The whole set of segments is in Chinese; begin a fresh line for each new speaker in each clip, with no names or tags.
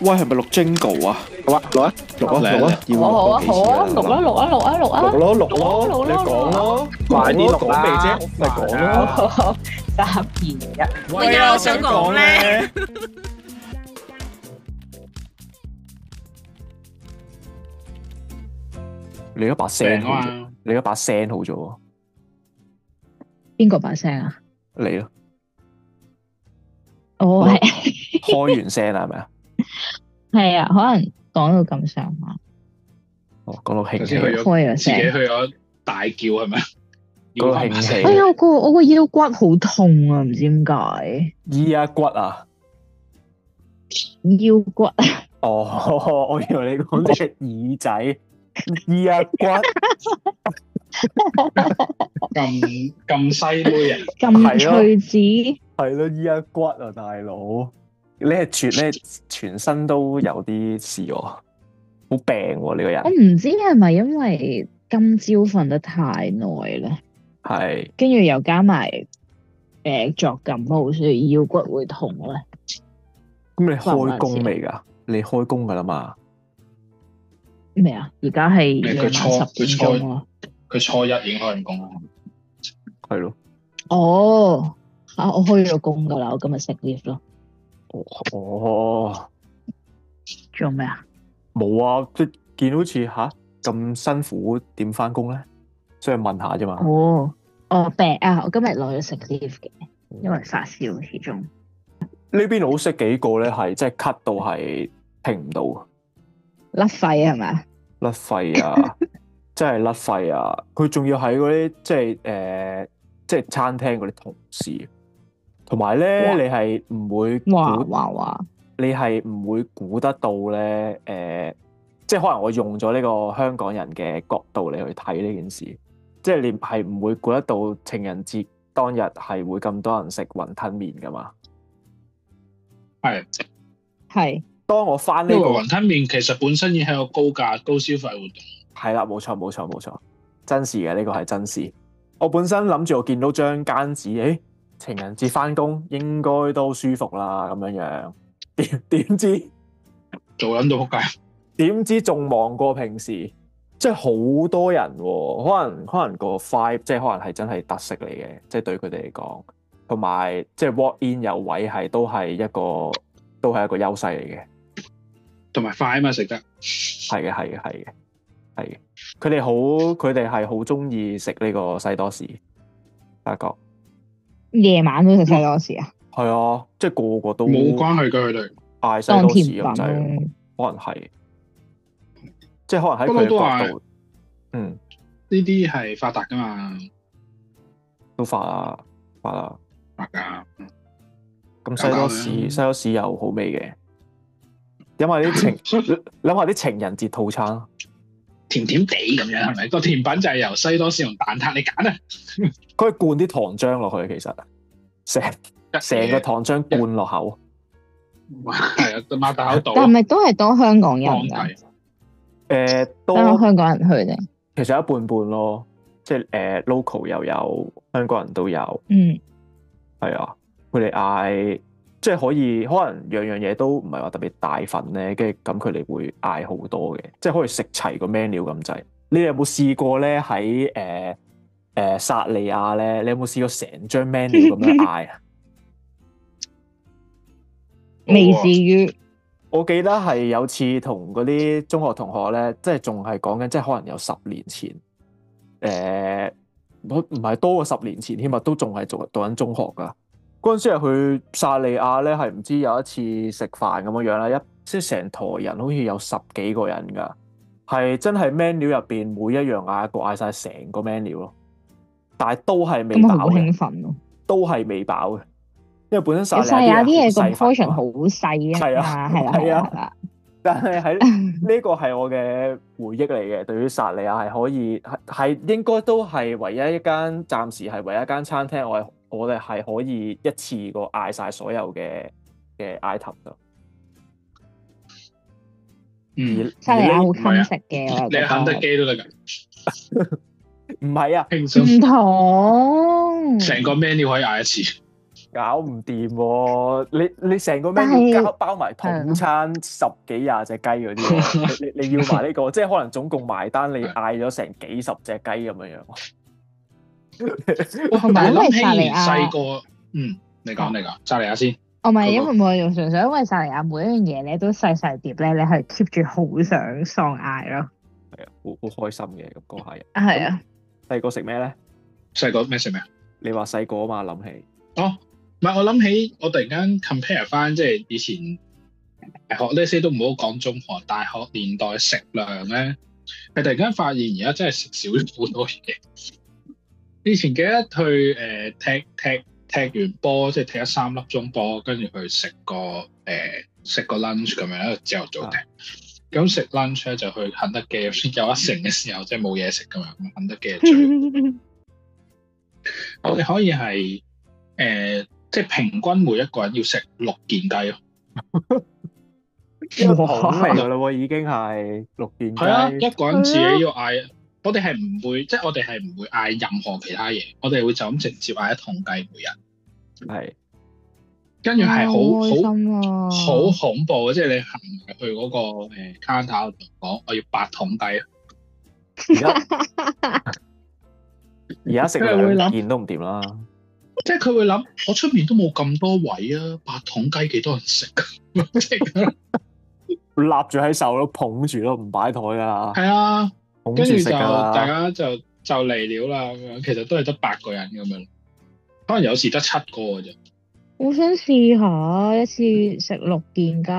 喂，係咪錄 Jingle 啊？
好啊，錄啊，
錄啊，
嚟
錄啊，要
好啊好
錄
啊好啊，
錄
錄啊錄啊錄啊錄啊！
錄咯，錄
錄
咯，
咯
你講咯，
快啲
講
錄啦
未啫？咪講咯。
好三二一，
喂啊我想講咧。
你嗰把聲
成
好
啊
咗，
嘛，
你嗰把聲好咗喎，
邊個把聲啊？
你咯，
我係
開完聲啦係咪啊？
係啊，可能講到咁上下，
哦，講到興
頭
起
先去，咗
開咗
自己去
聲。
咗大叫係咪？
嗰個興
哎
起，
呀，我個我個腰骨好痛啊，唔知點解
耳啊骨啊，
腰骨。
哦， 我以為你講隻耳仔，耳啊骨，
咁咁西妹啊！
咁
係咯
脆子，
係咯，耳啊骨啊，大佬，你係全 你係全身都有啲事喎，好病喎你個人
嗯
我，唔知係咪因為今朝瞓得太耐啦，
係
跟住又加埋誒作感冒，所以腰骨會痛咧。
咁你開工未㗎？你開工㗎啦嘛，
咩啊？而家係
咩
夜
佢
晚
初
十點
佢初
鐘啊！
佢初一已經開緊工啦，
係咯，
哦，啊，我開咗工噶啦，我今日 sick leave 咯。
哦。
做咩啊？
冇啊，即係見好似吓咁辛苦，點翻工咧？所以問下啫嘛。
哦，哦病啊！我今日攞咗 sick leave 嘅，因為發燒始終。
呢邊好識幾個咧，係即係咳到係停唔
甩肺啊係咪？
到，甩肺 啊，即係甩肺啊！佢仲要喺嗰啲即係誒、呃即係餐廳嗰啲同事，同埋咧
哇
你係唔會
哇
估
哇哇！
你係唔會估得到咧？誒、即係可能我用咗呢個香港人嘅角度嚟去睇呢件事，即係你係唔會估得到情人節當日係會咁多人食雲吞麵噶嘛？
係
係
當我翻呢、
因為
個
雲吞麵其實本身已經係個高價高消費活動，
係啦，冇錯冇錯冇錯，真事嘅呢個係真事。我本身諗住我見到張間紙，誒、情人節翻工應該都舒服啦咁樣樣， 點點知？
做撚到仆街。
點知仲忙過平時，即係好多人喎、可能可能個 five 即係可能係真係特色嚟嘅，即係對佢哋嚟講，同埋即係 walk in 有位係都係一個都係一個優勢嚟嘅，
同埋快啊嘛食得，
哦
係嘅係嘅係嘅係嘅。佢哋好佢哋係好中意食呢個西多士，發覺
夜晚都食西多士啊，
係啊，即係個個都
冇關係嘅佢哋。
嗌西
當
多
甜
士
品
咁滯，
咯。
可能係即係可
不
能喺
過
佢
都
嘅
話
角度，嗯，
呢啲係發達噶嘛，
都發啦發啦。
發㗎。
咁西多
搞搞
士
佢
西多士又好味嘅，飲下啲情 諗下啲情人節套餐咯，
甜甜地咁樣係咪？個甜品就係由西多士同蛋撻，你揀啊！
佢係灌啲糖漿落去，其實成成個糖漿灌落口，
係啊，擘大 口度
但係咪都係多香港人
放
㗎？
題，
誒、都
香香港人去啫。
其實一半半咯，即係誒、local 呃又有香港人都有，
嗯，
係啊，佢哋嗌即係可以可能樣樣嘢都唔係話特別大份咧，跟住咁佢哋會嗌好多嘅，即係可以食齊個 menu 咁滯。你哋有冇試過咧喺誒誒薩利亞咧？你有冇試過成張 menu 咁樣嗌啊？
未至於。
我記得係有次同嗰啲中學同學咧，即係仲係講緊，即係可能有十年前，誒、唔唔係多過十年前添啊，都仲係做讀緊中學噶。嗰陣時係去薩利亞咧，係唔知有一次食飯咁樣樣啦，一即係成台人好似有十幾個人噶，係真係 menu 入邊每一樣嗌一個嗌晒成個 menu 咯，但係都係未
咁我
飽
好
嘅，
興奮咯！
都係未飽嘅，因為本身
其
薩利
實有
亞
啲嘢個
啊細份㗎
portion
嘛
好細
係
啊
啊
嘛，係啦係
係啊
啦係啦。
但係 喺呢個係我嘅回憶嚟嘅，對於薩利亞係可以係係應該都係唯一一間暫時係唯一一間餐廳，我係我哋係可以一次過嗌晒所有嘅嘅 item 咯。而
嗯，
沙利亞啊
而
好
呢
襟食嘅，我又
你
覺得
肯德基都得㗎，
唔係啊，
輕鬆
唔同，嗯
成個 menu 可以嗌一次。
搞唔掂喎！你你成個
但係啊
menu 包包埋統餐十幾廿隻雞嗰啲 喎，你你你要埋呢個，即係可能總共埋單你嗌咗成幾十隻雞咁樣 樣。
同埋
但
因為
係諗起
薩利
以前
亞
細，個，嗯，你講你講，沙利亞先。
我唔係因為冇用，純粹因為薩利亞每一樣嘢咧都細細碟咧，你係 keep 住好想喪嗌咯。
係啊，好好開心嘅咁嗰下人。
係 啊，
細個食咩咧？
細個咩食咩啊？
你話細個啊嘛，諗起
唔係我諗起，我突然間 compare 翻，即係以前大學呢啲都唔好講中學，大學年代食量咧，係突然間發現而家真係食少咗好多嘢。以前記得去誒、呃踢踢踢完波，即係踢咗三粒鐘波，跟住去食個誒食、個 lunch 咁樣，朝頭早踢。咁食 lunch 咧就去肯德基，有一成嘅時候即係冇嘢食咁樣，咁肯德基係最。我哋可以係誒、呃即係平均每一個人要食六件雞咯。
呢個桶嚟噶啦喎，已經係六件雞
係。啊，一個人自己要嗌，我哋係唔會，即係我哋係唔會嗌任何其他嘢，我哋會就咁直接嗌一桶雞每人，
係
跟住係好好
開心啊！
好恐怖啊嘅，即係你行埋去嗰個誒 counter 度講，我要八桶雞，
而 家而家食
佢會諗
兩件都唔掂啦。
即係佢會諗，我出面都冇咁多位啊，八桶雞幾多人食啊？即 係
立住喺手咯，捧住咯，唔擺台噶啦，
係啊，
捧住
跟住
食
就
噶
大
啦。
家就就嚟了啦咁樣，其實都係得八個人咁樣，可能有時得七個嘅啫，
我想試下一次食六件雞，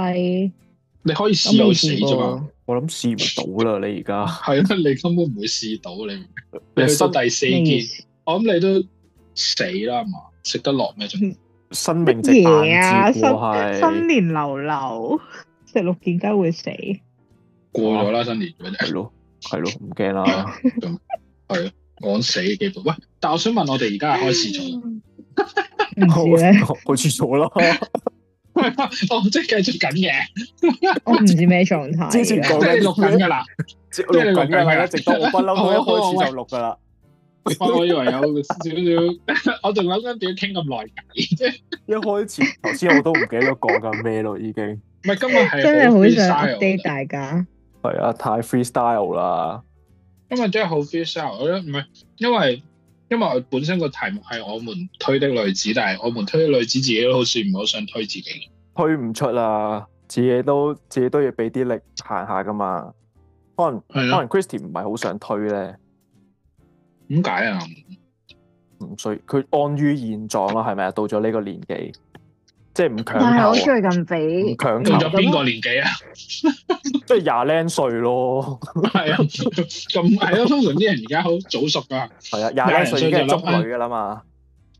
你可以
咁
試到
未
死
試
啫嘛。
過，
我諗試唔到啦， 你而家
係咯，你根本唔會試到你明唔明。你去到第四
咩意
件，
思
我諗你都死啦係嘛，食得落咩仲？
生命值硬
乜嘢啊
節喎，
新
係
年流流食六件雞會死，
過咗
嗯
啦，新年嗰
係
隻
咯，係咯，唔驚啦。
講死基本。喂，但我想問我哋而家係開始咗，
唔
好
知咧，
好似咗 咯，
嗯
哦，即係繼續緊嘅，
我唔知咩狀態
之前
即
講
嘅。
係你錄緊㗎啦。
即係錄緊㗎啦，一直到我 不嬲，我一開始就錄㗎啦。
喂，我以為有少 少，我仲諗緊點解傾咁耐偈啫。
一開始頭先我都唔記得咗講緊咩咯，已經
唔係今日係
真係好想
好 freestyle 我覺
update 啊
得
大家，
係啊，太 freestyle 啦。
今日真係好 freestyle，我覺得唔係因為。因為我本身個題目係我們推的女子，但係我們推的女子自己都好似唔係好想推自己。
推唔出啦，自己都自己都要俾啲力行下噶嘛。可能
係啊
可
咯，
能 Christy 唔係好想推咧，
點解啊？
唔需佢安於現狀啦，係咪啊？到咗呢個年紀，即係唔強
但係我
求啊，
最近俾
唔強
到
求，
咗邊個年紀啊？
即係廿零歲咯。
係啊，咁係啊咯，通常啲人而家好早熟噶，
係啊，廿零歲已經係中女噶啦嘛。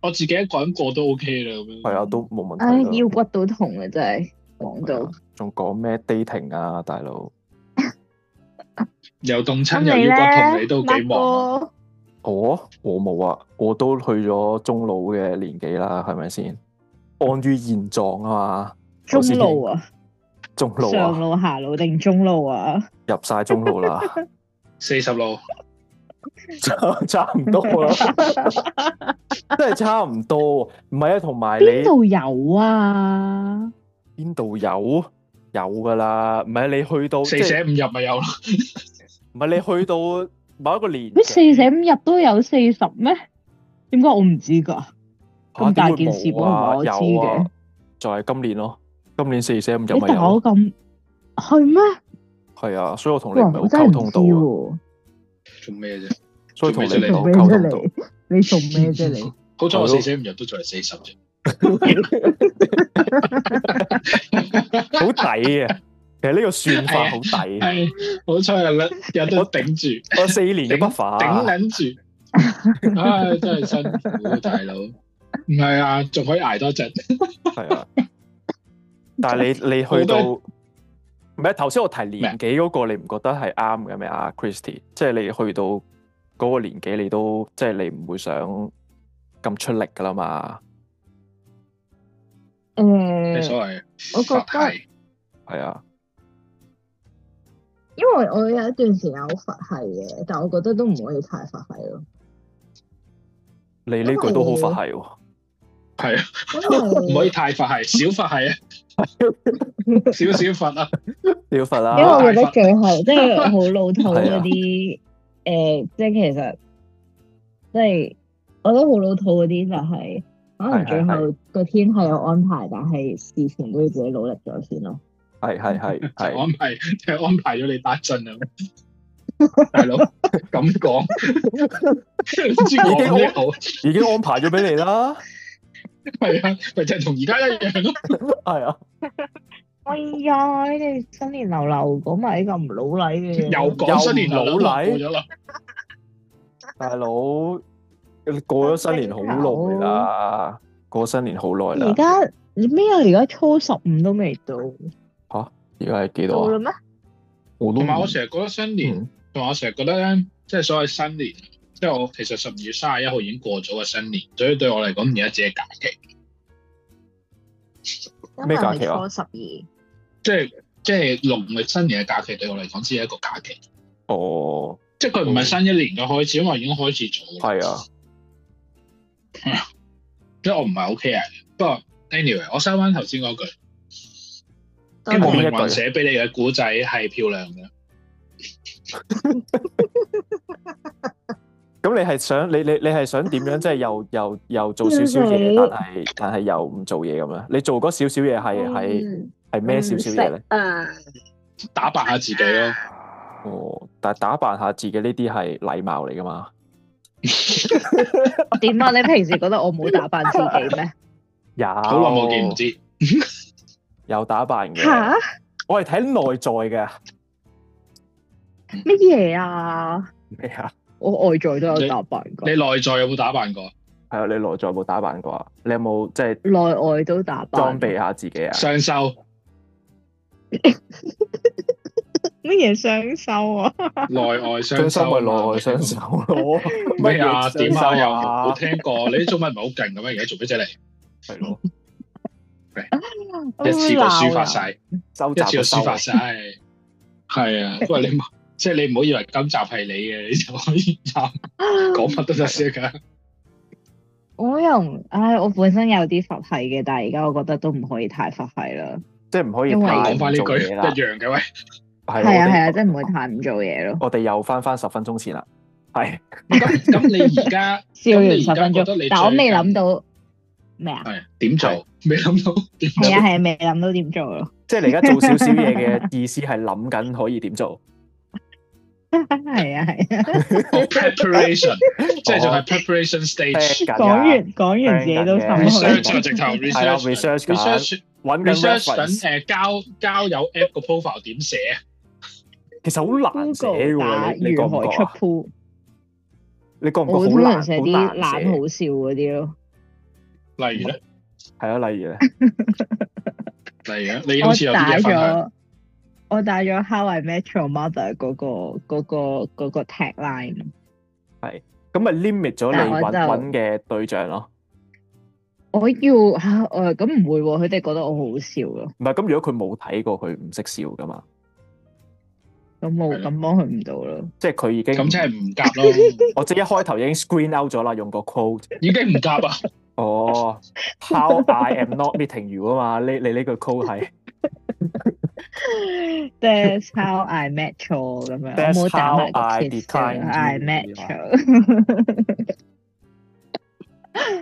我自己一個人過都 OK 啦咁樣。
係啊，都冇問
唉
題
腰
啦。
骨都痛啊！真係講到
仲講咩 dating 啊，大佬？
又凍
咁
親又要割痛，你都幾忙啊。
Mark 哥
我我冇啊，我都去咗中老嘅年紀啦，係咪先？安於現狀啊嘛，
中路啊，
中老
上
啊，
路、下路定中路啊？
入晒中 老啦。
四十路，
差差唔多啦，真係差唔多。唔係啊，同埋你
邊度有啊？
邊度有有噶啦？唔係你去到即
四
係
捨五入咪有咯。
唔係你去到某一個年
咩
紀，
四捨五入都有四十咩？點解我唔知㗎？
嚇
咁大
點會
件事
冇啊
本來我知
有啊
嘅
就係今年咯。今年四捨五
你
入咪
打
有
我咁係咩？
係啊，所以我同你唔係
哇！
好
我真係
溝
唔
通
知
到啊，
喎，
做咩啫？
所以同你
做咩
唔
做
好
咩
溝
啫
通到。
你？你做咩啫你？
好彩我
係
四
咯
捨五入都仲係四十啫。
好抵啊！其實呢個算
係
法
啊
好抵，
係，好彩有得有得
我
頂住，
我四年嘅 buffer，
頂撚住。唉，真係辛苦，大佬。唔係啊，仲可以捱多陣。
係啊，但係你你去到
好
唔係頭先我提年紀嗰個，你唔覺得係啱嘅咩啊，Christy？即係你去到嗰個年紀，你都即係你唔會想咁出力噶啦嘛，
Ờ,
你
誒，
所謂
我覺
佛
得。
系
係啊，
因為我有一段時間好佛系嘅，但我覺得都唔可以太佛系咯。
你呢句都好佛系喎，
係啊，唔
因
可以
為
太佛系，少佛系啊，少少佛啊，
屌佛
因為
啦，
我覺得 最後即係好老土
啊
嗰啲誒，即係其實即係我覺得好老土嗰啲就係、可能最
係
後個天係有安排，但係事前都要自己努力咗先咯。
係係係
就
係，
安排就安排咗你打陣啊，大佬咁 講，唔知講咩好，
已經安排咗俾你啦，
係啊，咪就係同而家一樣咯，
係啊，
哎呀！你哋新年流流講埋呢個唔老禮嘅
又講新年老禮
又
過咗啦，
大佬，你過咗新年好耐 啦，過咗新年好耐
而
啦，
家咩啊？而家初十五都未到，
而家係幾
到
多啊？
啦咩？
我都
同
唔
埋我成日覺得新年。
嗯
同埋我成日覺得咧，即係所謂新年，即係我其實十二月三十一號已經過咗個新年，所以對我嚟講，而家只係假期，
咩假期啊
因為係初十二。
即係即係農曆新年嘅假期對我嚟講只係一個假期，
哦，
即係佢唔係新一年嘅開始，因為已經開始咗啦。
係啊，
即係我唔係好 care 嘅。不過 anyway，我收翻頭先嗰句，
多
跟住
我邊
謝
一句
命運寫俾你嘅古仔係漂亮嘅，
咁你係想你你你係想點樣？即係又又又做少少嘢，但係但係又唔做嘢咁樣？你做嗰少少嘢係
嗯
係係咩少少嘢咧？
啊，
打扮下自己咯。
哦，但係打扮下自己呢啲係禮貌嚟噶嘛？
點啊？你平時覺得我冇打扮自己 咩？
有
好耐冇見，唔知
有打扮嘅
吓。？
我係睇內在嘅
乜嘢啊？
咩啊？
我外在都有打扮過
你，內在有冇打扮過？
係啊，你內在有冇打扮過啊？你有冇即係
內外都打扮
裝。備下自己啊？
上秀
乜嘢雙修啊？
內外
雙
雙
手
修
咪內外雙手 咯，
咩啊？
乜嘢
點啊？
雙手
又冇聽過？你啲中文唔係好勁咁樣，而家做咩啫你？
係咯，
一次過抒發晒，一
收集
次過
就收
抒發晒，係啊！喂，你唔即係你唔好以為今集係你嘅，你就可以啱講乜都得先㗎。
我又唉，我本身有啲佛系嘅，但係而家我覺得都唔可以太佛系啦。
即係唔可以
因為
太
講
唔
翻呢句
做
一
嘢啦。
樣嘅，喂，
係
係啊係啊，
我哋哦
真係唔會太唔做嘢咯。
我哋又翻翻十分鐘 前啦，係
咁咁你而家
笑完十分
咁你而家覺得你
鐘，但我未
最近
諗到 咩啊？
係點做？未諗到點
係啊
做？
係啊，未諗到點做咯。
即係你而家做少少嘢嘅意思係諗緊可以點 做，
係啊係啊，
哦 preparation，即係仲係 preparation
聽
stage。
緊
講
㗎
完講完自己都
聽緊嘅
心
research
係啦，research 緊
虛。
啊直頭 research research
揾緊
research à, 緊
reference，
誒交交友 app 個 profile 點寫啊？
其實好難寫
Google 打
喎，你你覺
如
唔
何
覺
出
啊？
鋪，
你覺唔覺
我
好
通
難
常寫啲
好
懶好
難寫？
笑嗰啲咯。
例如咧，
係啊，例如咧，
例如
啊
咧，你好似有
我
啲
打
嘢分享。
咗我打咗 How I Met Your Mother 嗰、個嗰、個嗰、個 tagline，
咁咪 limit 咗
但
你
我
揾
就
揾嘅對象咯。
我要嚇誒咁唔會喎、佢哋覺得我好笑咯，
唔係咁，如果佢冇睇過，佢唔識笑噶嘛，
咁冇
係
咁幫佢唔到咯。
即係佢已經
咁真係唔夾咯，
我即係一開頭已經 screen out 咗啦，用個 quote。
已經唔夾啊！
哦，How I am not meeting you 啊嘛，呢你呢句 quote 係
That's how I met you 咁樣，
That's
我冇打埋
how I
個 kiss 嘅
declined you
I met you。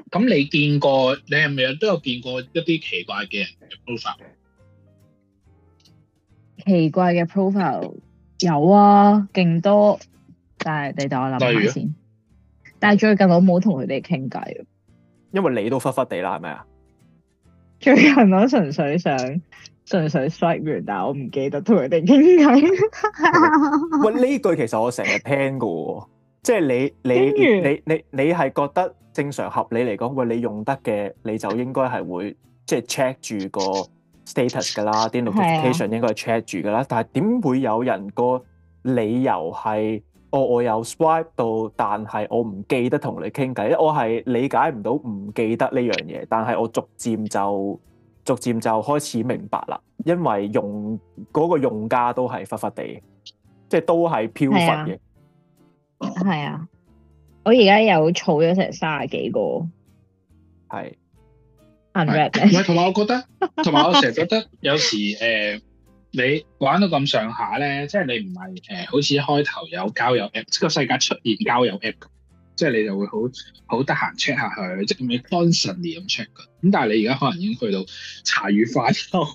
咁你見過，你係咪都有見過一啲奇怪嘅人嘅 profile？
奇怪嘅 profile 有啊，勁多，但係你等我諗
例如
下先。但係最近我冇同佢哋傾偈。
因為你都忽忽地啦，係咪啊？
最近我純粹想純粹 strike 完，但我唔記得同佢哋傾 偈。
喂，呢句其實我成日聽噶喎，即係你你
跟住
你你你係覺得正常合理嚟講，喂，你用得嘅你就應該係會即係 check 住個 status 噶啦，啲
係啊
notification 應該係 check 住噶啦，但係點會有人個理由係？哦，我有 swipe 到，但係我唔記得同你傾偈，我係理解唔到唔記得呢樣嘢，但係我逐漸就逐漸就開始明白啦，因為用嗰、個用家都係忽忽地，即係都係飄忽
啊
嘅，
係啊，我而家有儲咗成卅幾個，
係
unwrap
唔
咧，
係，同埋我覺得，同埋我成日覺得有時誒、呃你玩到咁上下咧，即係你唔係誒，好似一開頭有交友 app，即係個世界出現交友 app，即係你就會好好得閒 check 下佢，即係你 constantly 咁 check 嘅。咁但係你而家可能已經去到茶餘飯後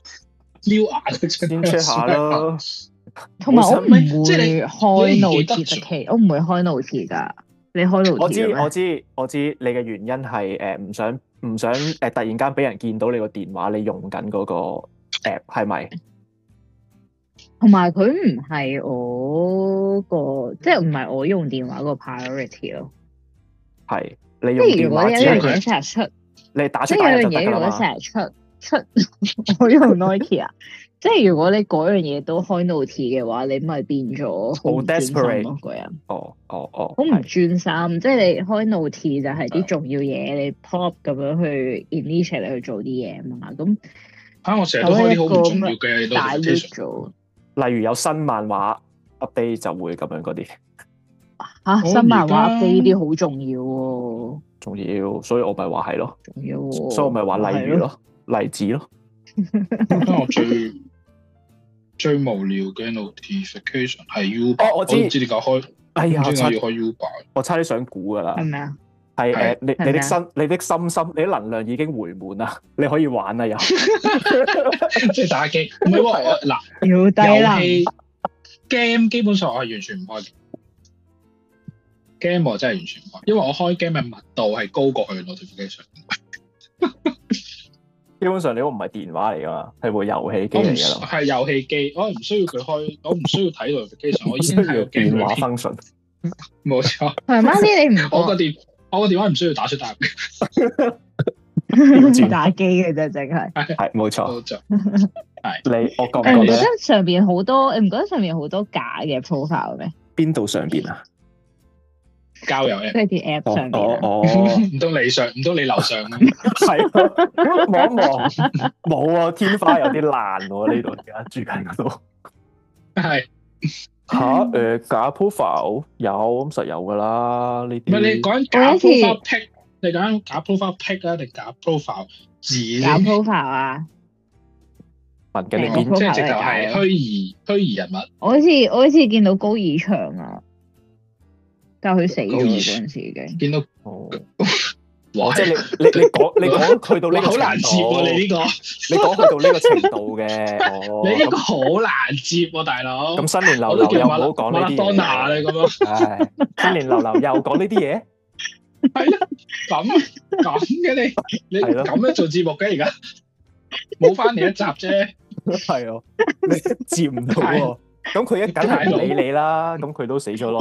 撩牙都
先 check 下啦。
同埋我唔會
即係你
開
你
怒
記得
切嘅，我唔會開怒切㗎。你開
我
怒切
知
嘅咩
我知我知，你嘅原因係誒唔想唔想誒、呃突然間俾人見到你個電話，你用緊嗰個 app 係咪？
同埋佢唔係我個，即係唔係我用電話個 priority 咯。
係你
即
用
係
電
如果
話
有一
只
樣
係
嘢成日出，
你打出
即
打
係
入就
有樣
得㗎
嘢如
啦
果
嘛。
成日出出， 我用 Nike 啊。即係如果你嗰樣嘢都開 note 嘅話，你咪變咗好唔專心咯
desperate
個人，
哦哦哦，
好唔專
係
心。即係你開 note 就係啲重要嘢，你 pop 咁樣去 initiate 你去做啲嘢嘛。咁
啊！我成日都開啲好唔重要嘅嘢都
大 l
係
做
例如有新漫畫 update 就會咁樣嗰啲
嚇
我
啊新漫
哦
畫
而家
update 呢啲好重要喎，
重要，所以我咪話係咯，
重要喎。
所以我咪話例如
係
咯，例子咯，
我最最無聊嘅 notification 係 U，
哦我知
唔知點解開，
哎呀，
唔
我
知點
差
解要開 U 版。
我差啲想估噶啦
係，咪啊？
係
係
誒，你
係
你
咩
的
啊
心你的心心，你啲能量已經回滿啦，你可以玩 啦又，
即係打機，唔係
啊
喎我嗱
要低能
遊。戲 game 基本上我係完全唔開嘅，game 我真係完全唔開，因為我開 game 嘅密度係高過佢嘅 notification。
基本上你都唔係電話嚟噶嘛，係部遊戲機
我唔
嚟噶啦，
係遊戲機，我唔需要佢開，我唔需要睇 notification，我已
需
經
要
喺個 game 裏
電話
邊。
function。
冇錯，
係媽啲你唔
我個電我個電話唔需要打出打入嘅
講 打機嘅啫，淨係。
係冇錯，
冇錯。
你我覺唔
誒，唔
覺
覺
得
得上邊好多？你唔覺得上面好多假嘅 profile 咩？
邊度上邊啊？
交友
即
app，
係啲 app
哦
上邊
哦
啊。
哦，
唔通你上，唔通你樓上 咩？
係 啊望一望，冇啊，天花有啲爛喎，呢度而家住緊嗰度。
係
吓誒假 profile 有咁實有噶啦呢
唔係你
啲。
講緊假
我有一次
profile pic，你講緊假 profile pic 啊定假 profile 字
假
先？
profile 啊！
問緊你
我
邊啊
講
即係直頭係虛擬虛擬人物。
我好似我好似見到高以翔啊，但係佢死咗
高以
嗰
翔
陣時已經。
見到
哦
哇！
即係你你你 講你講去到呢
哇
個哦
好難接喎、你
呢
呢、個，
你講去到呢個程度嘅，哦
你呢
咁
個好難接喎、大佬。
咁新年流
我都
流
叫
又唔
馬
好
拉
講呢
馬
啲
拉多拿
嘢。
你咁樣，
唉，新年流流又講呢啲 嘢，
啊咁咁嘅你，你
係咯
咁樣做節目嘅而家，冇翻你一集啫。
係啊，你接唔到喎。咁佢一梗係唔理你啦，咁佢都死咗 咯，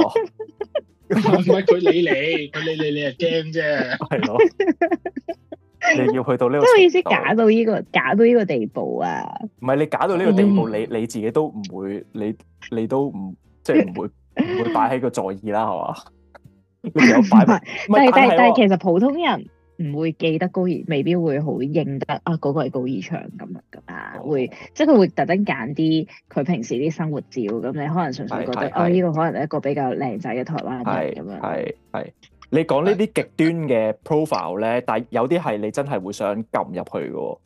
唔係佢理你，佢理你你係驚啫。
係咯。你要去到呢
即
個
係我意思
程度
假到呢個假到呢個地步啊！
唔係你搞到呢個地步，
嗯
你你自己都唔會，你你都唔即係唔會唔會擺喺個座意啦， 係嘛？你有擺明，唔
但
係
係但係但
但
係
係
其實普通人唔會記得高以，未必會好認得啊嗰、個係高以翔咁樣噶嘛，
哦
會即係佢會特登揀啲佢平時啲生活照咁，你可能純粹覺
係係
得哦
係
呢、個可能係一個比較靚仔嘅台灣人
係
啊咁樣，啊
係係，你講呢啲極端嘅 profile 咧，但係有啲係你真係會想撳入去嘅喎。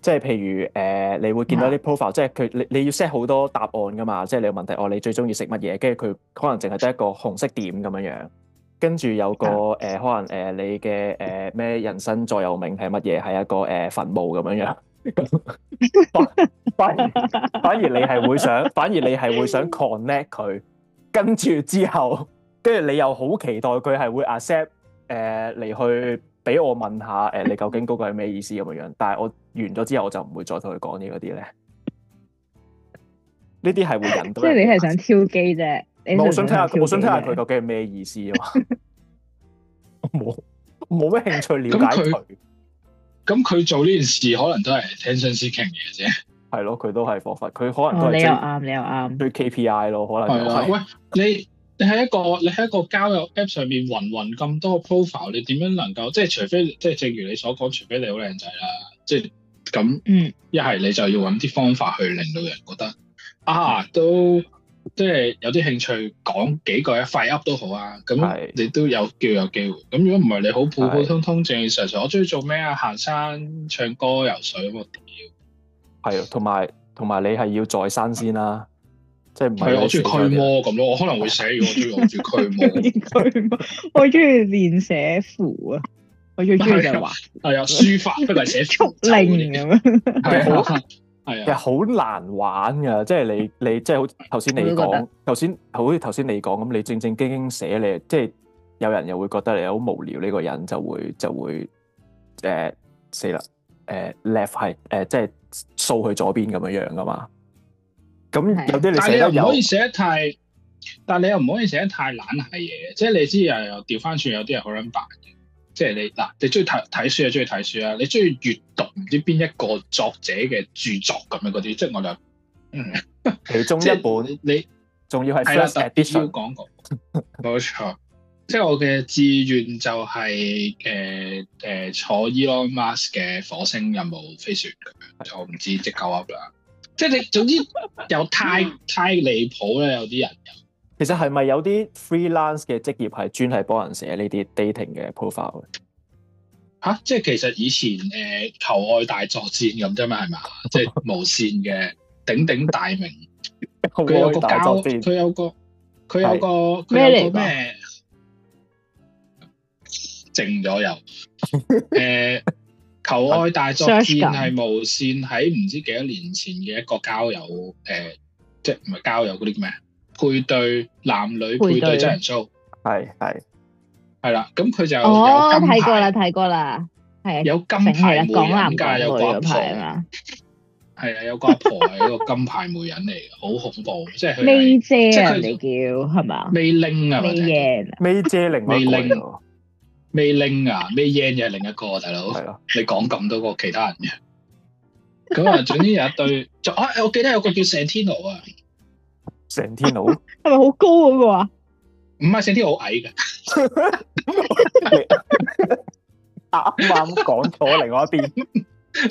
即係譬如誒、呃你會
啊
見到啲 profile，即係佢你你要 set 好多答案噶嘛，即係你有問題，哦，你最中意食乜嘢？跟住佢可能淨係得一個紅色點咁樣樣，跟住有個
啊
誒、呃可能誒、呃你嘅誒咩人生座右銘係乜嘢？係一個誒、呃、墳墓咁 樣樣。反反而反而你係會想， 反而你係會想 connect 佢，跟住之後，跟住你又好期待佢係會 accept 誒嚟去俾我問下誒、你究竟嗰個係咩意思咁樣樣？但係我完咗之後，我就唔會再同佢講嘢嗰啲咧。呢啲係會引
即
到
係
人
你
哋
係想挑機啫。你
唔係我想聽下，我想聽下佢
挑機啫
究竟係咩意思啊嘛。我 冇我冇咩興趣了
咁
解
佢
佢，
咁佢做呢件事可能都係 attention seeking 嘅啫。
係咯，佢都係火佛，佢可能
哦，
都
你又
係
啱，你又 啱。
追追 KPI 咯，可能
係
又
啊，
係
喂，你你喺一個你喺一個交友 app 上面雲雲咁多 profile，你點樣能夠即係除非即係正如你所講，除非你好靚仔啦，即係咁
嗯，
一係你就要揾啲方法去令到人覺得啊都即係有啲興趣講幾句啊，快 up 都好啊，咁
係
你都有叫有機會。咁如果唔係你好普普
係
通通正正常常，我中意做咩啊？行山、唱歌、游水咁啊
係啊，同埋同埋你係要在生先啦，即係唔
係
係
啊，
你
我中
死
意
咗
驅
你
魔咁咯，我可能會寫如果我中意我中意驅魔。
我中意練寫符啊，我最中意 就係畫
係啊，書法不嚟寫
速令咁樣。
係啊，係
其實
啊，
好難玩噶，即係你你即係好似頭先你
我都覺得
講，頭先好似頭先你講咁，你正正經經寫你，即係有人又會覺得你好無聊呢個人就會就會誒死啦誒 left 係誒即係掃去左邊咁樣樣噶嘛。
係
咁有啲你
但係
寫得
你又唔
有
可以寫得太，但係你又唔可以寫得太懶係嘢，即係你知又又調翻轉，有啲人好撚扮嘅，即係你嗱，你中意睇睇書就中意睇書啦，你中意閱讀唔知邊一個作者嘅著作咁樣嗰啲，即係我就嗯，
其中
即
一
係
本，
你
仲要係
係啦，
first
特別要
edition，
講 過，冇錯。即係我嘅志願就係誒誒坐 Elon Musk 嘅火星任務飛船咁樣，我唔知即夠噏啦。 即係你總之又太
嗯
太離譜咧，有啲人又
其實係咪有啲 freelance 嘅職業係專係幫人寫呢啲 dating 嘅 profile？
啊嚇、即係其實以前誒、呃求愛大作戰咁啫嘛，係嘛？即係無線嘅鼎鼎大名，佢有個
大
交，
作戰
佢有個佢有個
咩
佢有
嚟
個
㗎
咩靜咗 又。誒、求愛大作戰
Search 緊
係無線喺唔知幾多年前嘅一個交友誒、呃即係唔係交友嗰啲叫咩？配對男女配
配
對
對
真人 show
係係
係啦，咁佢就有
哦，
有金
睇過啦，
牌，
睇過啦，係啊，
有金
成係
牌
啦，
媒
港男
人
港
㗎，
女
有個阿
嗰
婆，
排啊
係啊，有個阿婆係一個金牌媒人嚟，好恐怖，即係
嘛，
佢係
咩姐
即係
啊
佢
人哋叫係嘛，
未拎啊，或
咩
者
嘢？
May 姐另外一個嚟
未令
喎
未拎啊，咩 yen 嘅另一個大佬。
係咯。
你講咁多個其他人嘅。咁啊，總之有一對， 就啊，我記得有個叫 Santino 啊，
成天佬，
係咪好高嗰個啊？
唔係 Santino 好矮嘅，
啱啱講咗另外一邊，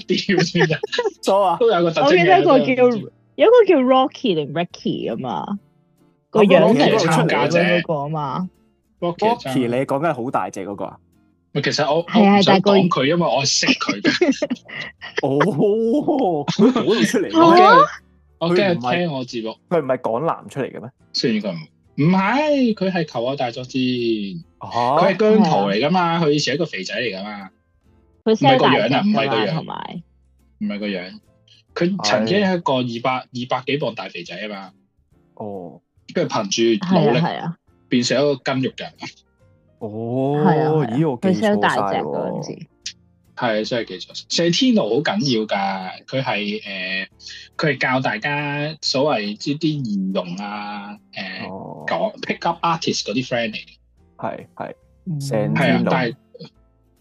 屌先啊，
所啊，
都有個特徵
我記得一個
嘅。都有個特徵
叫有一個叫 Rocky 定 Ricky 啊嘛，個樣就係
參加者
嗰個啊嘛，
Rocky 真
Rocky，
係
你講緊好大隻嗰個啊？
喂其實我
係
我
啊
唔想
但係個
講佢，因為我係識佢嘅，
哦，佢講到出嚟
我
嘅
嚇
咩，
驚我
佢唔
驚佢
係
聽我節目，
佢唔係港男出嚟嘅咩？
雖然佢唔唔係，佢係求我大作戰，佢係
哦，
姜濤嚟噶嘛，佢以前係一個肥仔嚟噶嘛，
佢
係
sell
個樣啊
大隻
唔係個
㗎
樣
嘛，同埋
唔係個樣，佢曾經係一個二百二百幾磅大肥仔啊嘛，
哦，
跟住憑住
係
努
啊
力
係啊，
變成一個筋肉人。
哦，
係啊
咦，我
佢
記
sell
錯
大
晒
隻嗰陣
喎，
時，
係真係記錯。成天奴好緊要㗎，佢係誒，佢係教大家所謂呢啲儀容啊，誒
哦，
講 pick up artist 嗰啲 friend 嚟嘅，
係係
嗯
成
係啊
天，佬
但係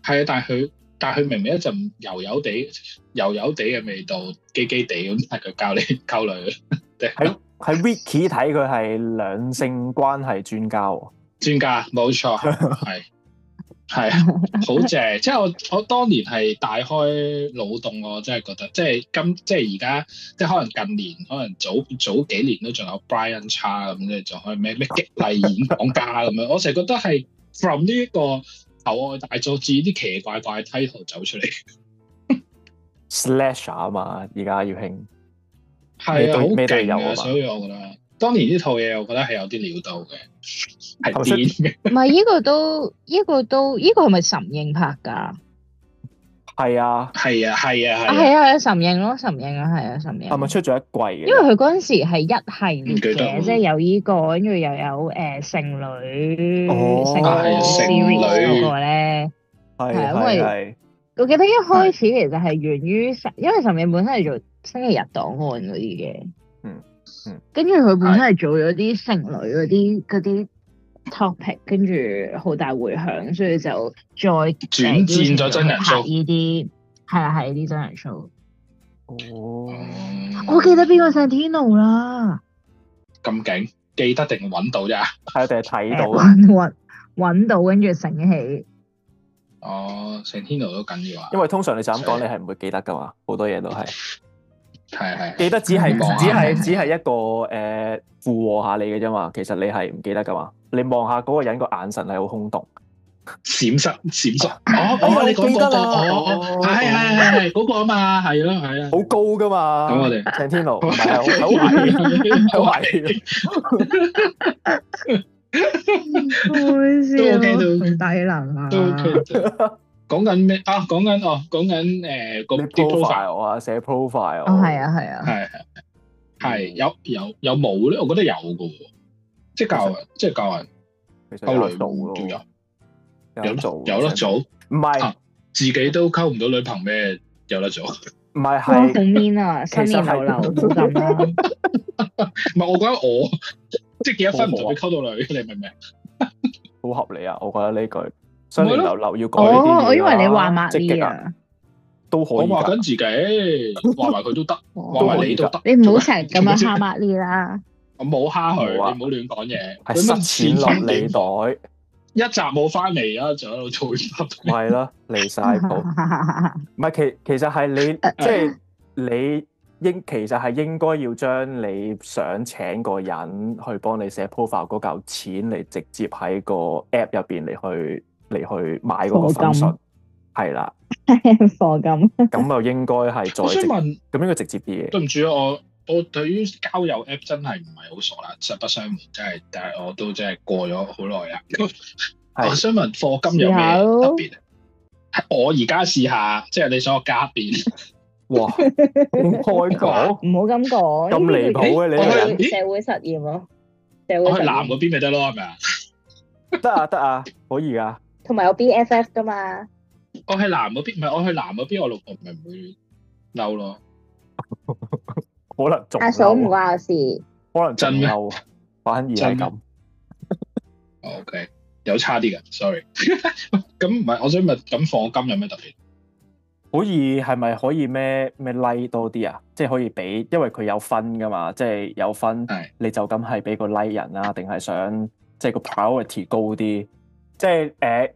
係啊，但係佢但係佢明明一陣油油地油油地嘅味道，基基地咁，但係佢教你溝女，
喺喺 Wiki 睇佢係兩性關係專家喎，
專家 冇錯，係係啊，好正！即係我我當年係大開腦洞，我真係覺得，即係今即係而家，即係可能近年，可能早早幾年都仲有 Brian Cha 咁咧，仲可以 咩咩激勵演講家咁樣，我成日覺得係 from 呢一個求愛大作戰啲奇怪怪 title 走出嚟，
slasher 啊嘛，而家要興
係啊，好
咩都
勁
有啊
啊！
嘛
所以我覺得當年呢套嘢，我覺得係有啲料到嘅，係
頭先
癲嘅。
唔係呢個都呢個都呢個係咪岑應拍㗎？
係啊，
係啊，係啊，
啊
係啊，
係啊係啊，岑應咯，岑應啊係啊，岑應。
係咪出咗一季
因為
嘅？
佢嗰陣時係一系列
唔記得喎
嘅，即係有呢、個，跟住又有誒、呃、剩女、
哦
剩
係
女
啊剩
series
女
嗰個咧。
係
係啊因
係
為
係。
我記得一
嗯
開始其實係源於岑，因為岑影本身係做星期日檔案嗰啲嘅，
嗯嗯，
跟住佢本身係做咗啲剩女嗰啲嗰啲 topic，跟住好大迴響，所以就再
轉戰咗真人 show
拍呢啲係啦，係呢啲真人 show。
哦，
嗯
我記得邊個聖天奴啦，
咁勁，記得定揾到咋？
係定係睇到啊？
揾揾揾到，跟住醒起。
哦，成天奴都緊要啊！
因為通常你就咁講，你係唔會記得噶嘛，好多嘢都係。
係係
記得只係
咁講啊
只係只係一個誒附和下你嘅啫嘛，其實你係唔記得噶嘛。你望下嗰個人個眼神係好空洞，
閃失閃失。哦哦，
我
你講
記
嗰
得
個，
啦
哦哦，係係係係嗰個啊嘛，係咯係啊。
好高噶嘛。
咁我哋
鄭天奴唔係 好好矮，好矮。
啊好
都 OK，都 OK
低能啊！
都 OK 嘅。講緊咩啊？講緊哦，講緊誒個
你
啲 profile
profile 啊，寫 profile。
哦，係。啊，係啊，
係係係有有有冇咧？我覺得有嘅喎，即係教人，即係教人
其實
溝
有
女
得做咯，
有
有
有
得
得
做，
有得。做，
唔係
啊自己都溝唔到女朋友咩？有得做。
唔係
哇，好
係
mean 啊，新年流流都咁啦，
唔係，我覺得 我即係結咗婚
啊
唔代表溝到女，你明唔明？
好合理啊！我覺得呢句新年
咪咯
流流要講呢啲嘢啦
哦，我以為你話抹
積極
啲
啊，
啊，
都可
我
以
話
㗎。
緊自 己，話埋佢都得，話
哦
話
埋你都得。
你唔好成日咁樣
做
蝦
咩，
抹啊啲啦，
我冇蝦佢，
冇啊
你唔好亂講嘢。
係
佢乜
塞錢落
錢
你
袋，
袋，
一集冇翻嚟啊，仲喺度做
咪係 啦，離晒
啊
譜。唔係其其實係你即係你應其實係應該要將你想請個人去幫你寫 profile 嗰嚿錢嚟直接喺個 app 入邊嚟去嚟去買嗰個分
課
數
金，
係 啦，
課金
咁就應該係再
我想
直咁
問，
應該直接啲嘅。
對唔住啊我。我對於交友 app 真係唔係好熟啦，實不相瞞，真係，但係我都真係過咗好耐啦。啊
係
我想問課金有
試
咩
下咯
特別？我而家試下，即係你想我加變，
哇，咁開 講
唔好咁講，
咁離譜嘅你
個人
你社會實驗咯，社會
我去
實
男
驗，
嗰邊咪得咯，係咪啊？
得啊得啊，可以噶。
同埋有 BFF 噶
哦
嘛，
我去男嗰邊，唔係我去男嗰邊，我老婆咪唔會嬲咯。
可能仲
阿嫂唔
嬲啊，
關我事。
可能仲
真咩
嬲啊，反而係
真咩
咁。
O、k 哦有差啲嘅，sorry。咁唔係，我想問，咁課金有咩特別？
可以係咪可以咩咩 like 多啲啊？即係可以俾，因為佢有分噶嘛，即係有分
係，
你就咁係俾個 like 人啊，定係想即係個 priority 高啲？即係誒、呃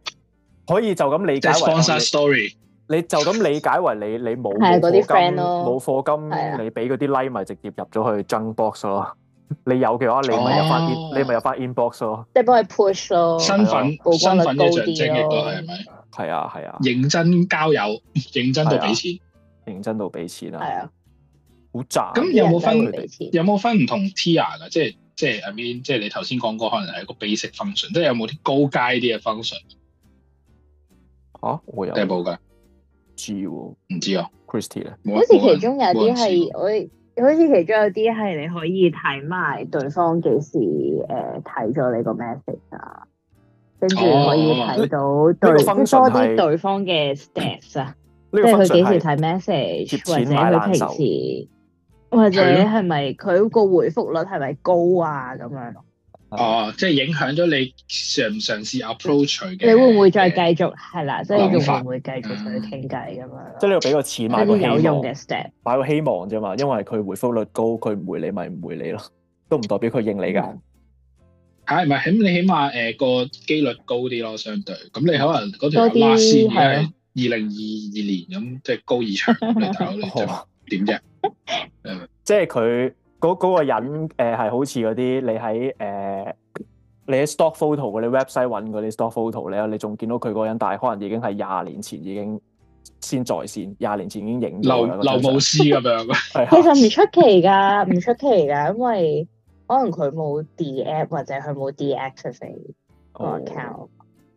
可以就咁理
即
解
係
為
sponsor
哦
story，
你你就咁理解為你你冇
係啊
冇
嗰啲
課
friend
金
咯
冇
係
課
啊
金，你俾嗰啲 like 咪直接入咗去 junk box 咯。你有嘅話，你咪入翻 in，、
哦
你咪入翻 inbox 咯。
即係幫佢 push 咯，
身份
曝光
身
哦率
份嘅象徵
高啲啊
亦都
咯
係係咪？
係啊係啊，
認真交友， 認真到俾錢，
啊
認真到俾錢
係
啊，
啊，
好賺。
咁有冇分
啲人就會俾錢？
有冇分唔同 tier 㗎？即係即係 I mean，即係你頭先講過，可能係一個 basic function，即係有冇啲高階啲嘅 function？
嚇、啊我又
有
唔
冇㗎？
知喎
唔知啊，
，Christy 咧。
冇啊
好似
人
其中有
冇
啲
人知喎
係我，好似其中有啲係你可以睇埋對方幾時誒睇咗你個 message 啊，跟住
哦
可以睇到
呢個
對
function
多
係
啲對方嘅 steps 啊，
呢
即
個
係佢
function
幾
係
時睇 message，
貼
或
錢
者
買
佢
難
平
受
時或者係咪佢個回覆率係咪高啊咁樣咯？
哦，即係影響咗你嘗唔嘗試 approach 佢嘅。
你會唔會再繼續係啦？即係你
諗
仲
法
會唔會繼續同佢傾偈咁樣咯？
即係你要俾個錢買
嗰
個
啲
希
有用
望，
嘅 step。
買個希望啫嘛。因為佢回覆率高，佢唔回你咪唔回你 咯，都唔代表佢應你㗎。
嗯
係唔係？咁你起碼誒個機率高啲咯，相對咁你可能嗰條
多啲
last 線已經
係啊
係
咯
二零二二年咁，即係高二長咁你大佬你 真係
哦
點 啫？
即係佢嗰嗰個人誒係、好似嗰啲你喺誒、呃你喺 stock photo 嗰啲 website 揾嗰啲 stock photo 咧，你仲見到佢嗰個人，但係可能已經係廿年前已經先在線，廿年前已經影咗
劉
啦個
劉
張相
慕斯咁樣，
係啊
其實唔出奇㗎， 唔出奇㗎，因為可能佢冇 D app 或者佢冇 deactivate 個
哦
account。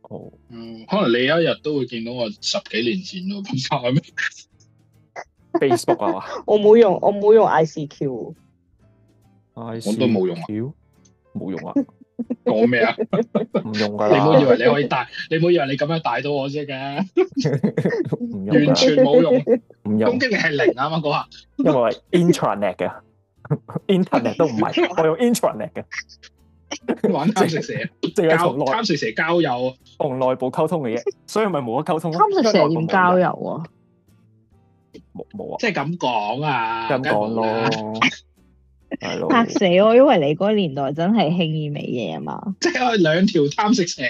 哦
嗯可能你有一日都會見到我十幾年前嗰個 profile 咩？
Facebook 啊係嘛？
我冇用，我冇用 ICQ。
我
都冇用啊
冇用啊，
講咩啊？
唔用㗎
你唔好以
啦，
為你可以帶，你唔好以為你咁樣帶到我啫嘅，
唔用
完
㗎，
全冇用，
唔用
攻。擊力係零啱啱嗰下。
因為 intranet 嘅 internet 都唔係，我用 intranet 嘅，
玩貪 食蛇，
即係
交
從內
貪食蛇交友，
同內部溝通嘅嘢，所以咪冇得溝通咯。
貪食蛇
因為內
點
部冇
交友啊？
冇冇啊？
即係咁講啊，
咁講
梗係冇啦，
咯，係咯，
嚇死我，因為你嗰個年代真係輕意味嘢啊嘛。
即係兩條貪食蛇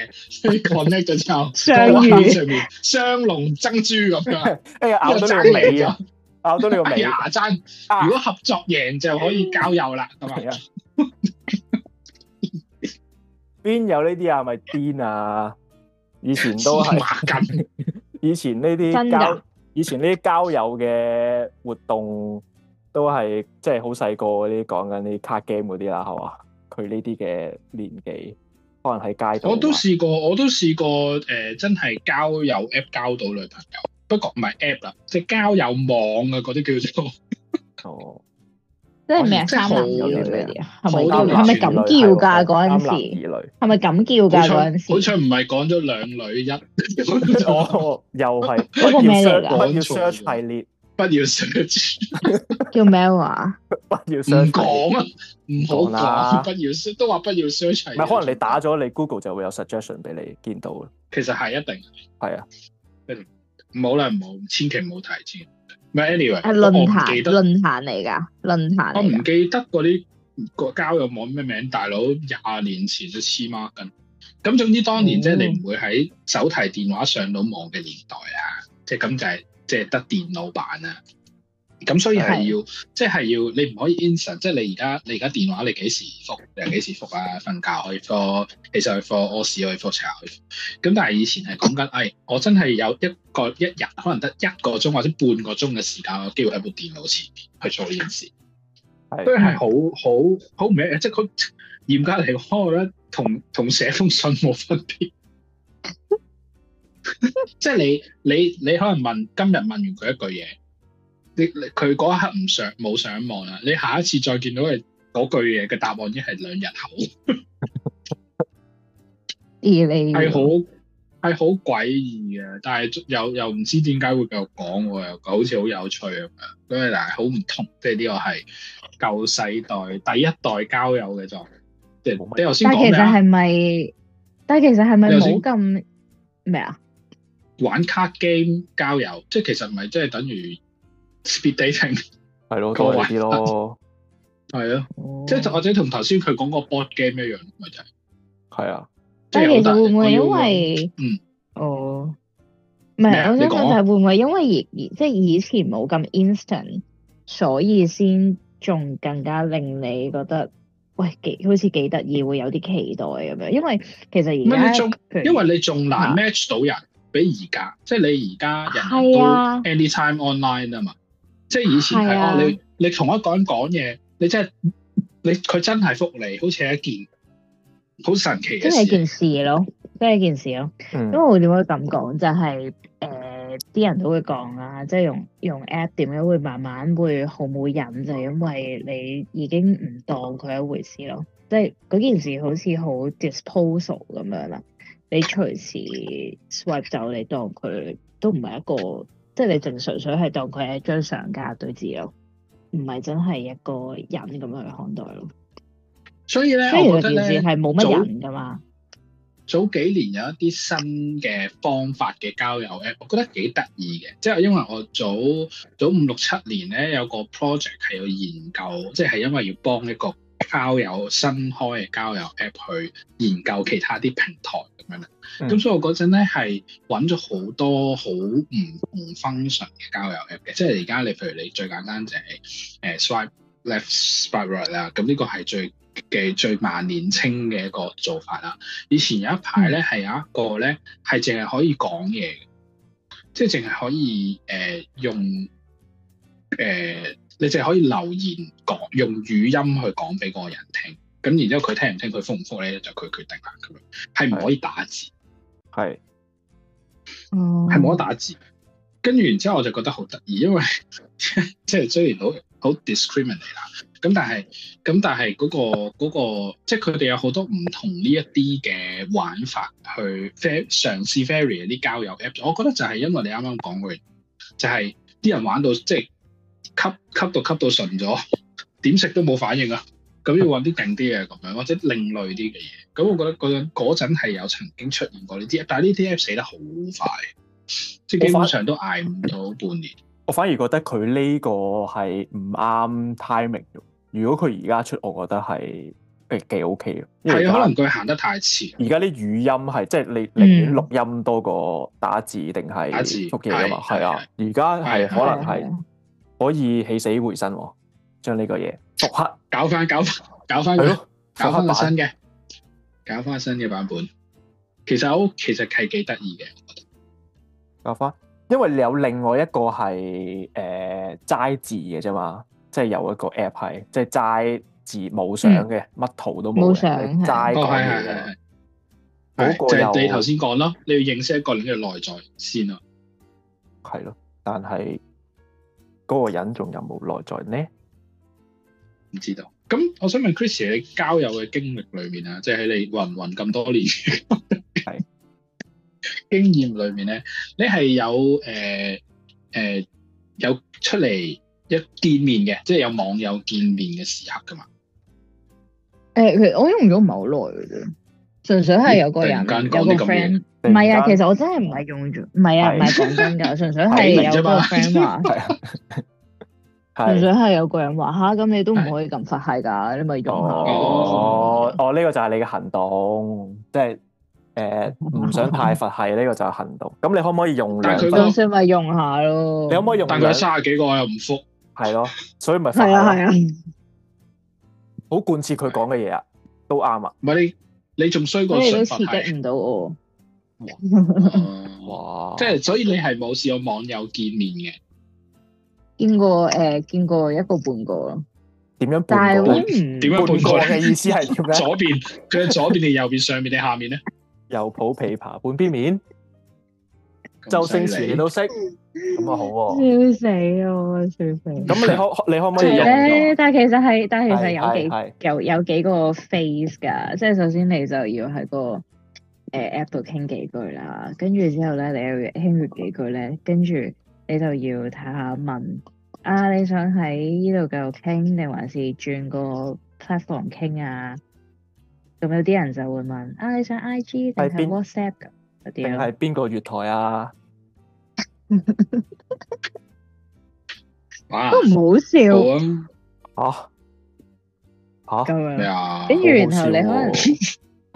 connect 咗之後。
相
喺
遇
上面雙龍爭珠咁樣，
哎呀咬到你個
一個
尾
爭
啊！咬到你個
哎
尾
呀，爭！
啊
如！果合作贏就可以交友啦，咁
係
啊
啊，邊有呢啲啊？咪癲啊！以前都係。
麻 筋，
以前呢
真
啲
㗎
交，以前呢啲交友嘅活動都係即係好細個嗰啲講緊啲卡 game 嗰啲啦，係嘛？佢呢啲嘅年紀，可能喺街度
我都
玩
試過，我都試過誒、呃真係交友 app 交到女朋友，不過唔係 app 啦，即係交友網啊，嗰啲叫做
哦，
即係咩啊？
真
三
係好
男二女嗰啲啊？係咪
好
叫
多
係咪咁叫㗎嗰陣
陣
時？
時？二
係咪咁叫
好
㗎嗰
彩
陣
好
時？
彩唔係講咗兩 女一，
女， 我又係
嗰個咩嚟㗎
不要 search-
講
不
錯
要
咗
search 系列，
不要 search，
叫咩話？
不要
唔
search 系
講啊，唔
講啦
好講，不要 search，都話不要 search
列，唔係可能你打咗你 Google 就會有 suggestion 俾你見到啦，
其實係一定。嗯
係啊，
唔好啦，唔好，千祈唔好睇先。唔係 anyway，
係論
我唔
壇
記得，
論壇嚟㗎，論壇
我
嚟
唔
㗎。
記得嗰啲個交友網咩名，大佬廿年前都黐孖筋。咁總之當年即係
哦
你唔會喺手提電話上到網嘅年代啊，即係咁就係即係得電腦版啊。咁所以係要，即係要你唔可以 instant，即係你而家你而家電話你幾時復，你幾時復啊？瞓覺可以復，起身可以復，屙屎可以復，刷牙可以復。咁但係以前係講緊，誒、哎我真係有一個一日可能得一個鐘或者半個鐘嘅時間，我有機會喺部電腦前面去做呢件事，
係
所以係好好好唔一樣，即係佢嚴格嚟講，我覺得同同寫封信冇分別。 即係你你你可能問今日問完佢一句嘢，你你佢嗰一刻唔上冇上網啦，你下一次再見到佢嗰句嘢嘅答案已經係兩日後。
而你
係好係好詭異嘅，但係又又唔知點解會繼續講喎，又好似好有趣咁樣。咁但係好唔同，即係呢個係舊世代第一代交友嘅狀態。即係你頭先
但
講
其
咩
實
啊
係咪？但其實係咪
你頭先
冇咁咩啊？
玩卡 game 交友，即係其實咪即係等於 speed dating
係咯，都係呢啲咯，
係咯，即
哦
係或者同頭先佢講個 board game 一樣，咪就係
係啊，
即
但
係
係其實
有得
會唔會因
我要
為
嗯
哦，唔
咩
係
啊
我
你
想
講
問
啊
就係會唔會因為而而即係以前冇咁 instant，所以先仲更加令你覺得喂幾好似幾得意，會有啲期待咁樣。因為其實
咩
而
你
家
仲
譬如
因為你仲難
啊
match 到人，比而家，即係你而家人人
係
都
啊
anytime online 啊嘛，即係以前係
係啊
哦，你你同一個人講嘢，你真係你佢真係覆你，好似係一件好神奇
真係
嘅事。
件事咯，真係件事咯。
嗯
因為我點解咁講就係誒啲人都會講啦，即係用用 app 點樣會慢慢會呃毫無癮，就係因為你已經唔當佢一回事咯。即係嗰件事好似好 disposal 咁樣啦，你隨時 swipe 走，你當佢都唔係一個，即係你淨純粹係當佢係一張相架對字咯，唔係真係一個人咁樣去看待咯。
所以咧，
雖
我
然
覺得
件事
咧，
係冇
早
乜人噶嘛，
早幾年有一啲新嘅方法嘅交友 app，我覺得幾得意嘅。即係因為我早早五六七年咧有個 project 係要研究，即係因為要幫一個交友新開嘅交友 app 去研究其他啲平台咁樣啦。
嗯
咁、所以我嗰陣咧係揾咗好多好唔同 function 嘅交友 app 嘅，即係而家你譬如你最簡單就係誒 swipe left swipe right 啦，咁呢個係最嘅最萬年青嘅一個做法啦。以前有一排咧係有一個咧係淨係可以講嘢嘅，即係淨係可以誒、呃用誒、呃你淨係可以留言講用語音去講俾嗰個人聽，咁然之後佢聽唔聽佢覆唔覆咧就佢決定啦咁樣，係唔可以打字，
係
哦
係冇得打字。跟住然之後我就覺得好得意，因為 即係雖然好好 discriminate 啦，咁但係咁但係嗰、個嗰、個即係佢哋有好多唔同呢一啲嘅玩法去 fair 嘗試 ferry 啲交友 app，我覺得就係因為你啱啱講嗰樣，就係、啲人玩到即係吸吸到吸到順咗， 點食都冇反應啊！咁要揾啲勁啲嘅咁樣，或者另類啲嘅嘢。咁我覺得嗰陣嗰陣係有曾經出現過呢啲 app，但係呢啲 app 死得好快，即係基本上都捱唔到半年。
我反而覺得佢呢個係唔啱 timing 嘅。如果佢而家出，我覺得係誒幾 OK 嘅，因為
係啊，可
而
能
家
佢行得太遲，啊
而家啲語音係即係你
嗯
寧願錄音多過打字定係
打字
速記啊嘛，
係
係啊，而家係可能係可以起死回生喎，將呢個嘢復刻
搞翻搞翻搞翻
係
佢，
咯，
啊搞
復
翻
刻
個
版
新嘅，搞翻新嘅版本。其實好，其實係幾得意嘅。
搞翻，因為你有另外一個係誒齋字嘅啫嘛，即係有一個 app 係即係齋字冇相嘅，乜圖都冇嘅，
嗯冇相
係
係
齋
哦，
講
係
嘢嘅
係係
嘛
係。係
嗰個
就
又
係你頭先講咯，你要認識一個人嘅內在先啊。
係咯，但係嗰個人仲有冇內在呢？
唔知道。咁我想問 Chris，你交友嘅經歷裏面啊，即係喺你混混咁多年 係經驗裏面咧，你係有誒誒、呃呃有出嚟一見面嘅，即係有網友見面嘅時刻噶嘛？
誒，其實我用咗唔係好耐嘅啫，純粹係有個人有
突
個
然間講啲咁嘅
friend，
突
唔
然
係啊，
間
其實我真係唔係用咗，唔係啊，
係
唔係講真 㗎，純粹
係
係
明
有個
啫嘛
friend 話，
係啊，係
純粹係有個人話吓，咁你都唔可以咁佛系㗎，你咪用下咯。
哦哦，呢個就係你嘅行動，即係誒唔想太佛系，呢個就係行動。咁你可唔可以用
但
量
係佢
分
個？
咁算咪用下咯。
你可唔可以用
但佢有
量？
卅幾個我又唔復，
係咯，所以咪佛
係
系
啊
咯
係啊，
好貫徹佢講嘅嘢啊，都啱啊！
唔係你你仲衰過
咁你都
信
刺
佛
激
係。
唔到我。
哦
哇，
即係所以你係冇試過網友見面嘅。
見過誒，見過一個半個咯，
點樣
但
半
係
個
我
咧？
唔
點樣
半個
半個咧
嘅意思係點 咧？
左邊佢嘅左邊定右邊，上面定下面咧？
又抱琵琶半邊面，周星
咁犀
馳
利
你都識，咁啊好喎。
笑死我，笑死我。
咁你可你可唔可以
嗯係
用咗？
咧，但係其實係，但係其實有幾
係
有有幾個 phase 㗎，即係首先你就要喺個誒、app 度傾幾句啦，跟住之後咧，你又要傾完幾句咧，跟住你就要睇下問啊，你想喺呢度繼續傾定還是轉個 platform 傾啊？咁有啲人就會問啊，你想 IG 定
係
係
邊
WhatsApp 㗎嗰
定
啲咯
係邊個月台啊？
哇！
都唔好笑
好啊，
啊吓
咁
咩
樣，
啊？
跟住然後你可能。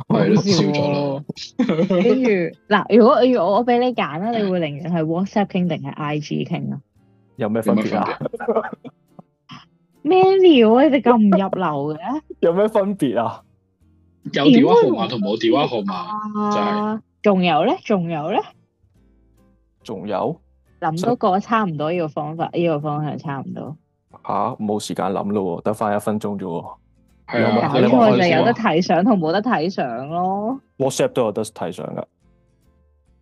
係
好
咯，
笑
笑咗咯。
跟住嗱，如果如果我俾你揀啦，你會寧願係 WhatsApp 傾定係 IG 傾啊？
有咩
有
分
乜
別
分
啊？
別？
咩料啊？你哋咁唔入流嘅？
有咩分別啊？
有電話號碼同冇電話號碼， 就係
啊，仲有咧，仲有咧，
仲有
諗到個差唔多呢個方法，呢、個方向差唔多。
吓冇時間諗咯喎，得翻一分鐘啫喎。
係
有
搞
乜
啊，
你
錯
話
就
係
有得
我
睇相同冇得睇相咯。
WhatsApp 都有得睇相噶，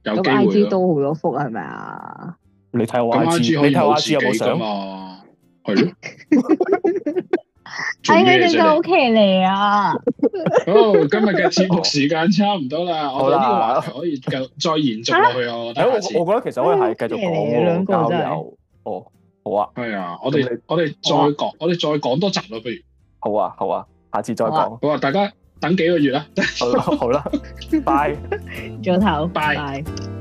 有
咁
機會啊
IG
咯。
都好多幅係咪啊？
你睇我
咁
IG，
可
你
以
睇我
冇
IG
自
有冇
己噶
相？
嘛？係咯。做
哎，你
咩
哋
啫
就
你
好騎呢啊！
好，今日嘅節目時間差唔多啦，
哦
我
好
哋
啦
呢個話題可以繼再延續落去啊！我覺
誒，
得
我
下次
我覺得其實可以係繼續
哎你兩
講
個
喎
真係
交友。哦，好啊，
係啊，我
咁
哋我哋再
好啊
講，我哋再講多集咯，不如
好啊，好啊，下次再講。
好啊，大家等幾個月啦。啊
好啦，好啦，拜。
早唞，
拜
拜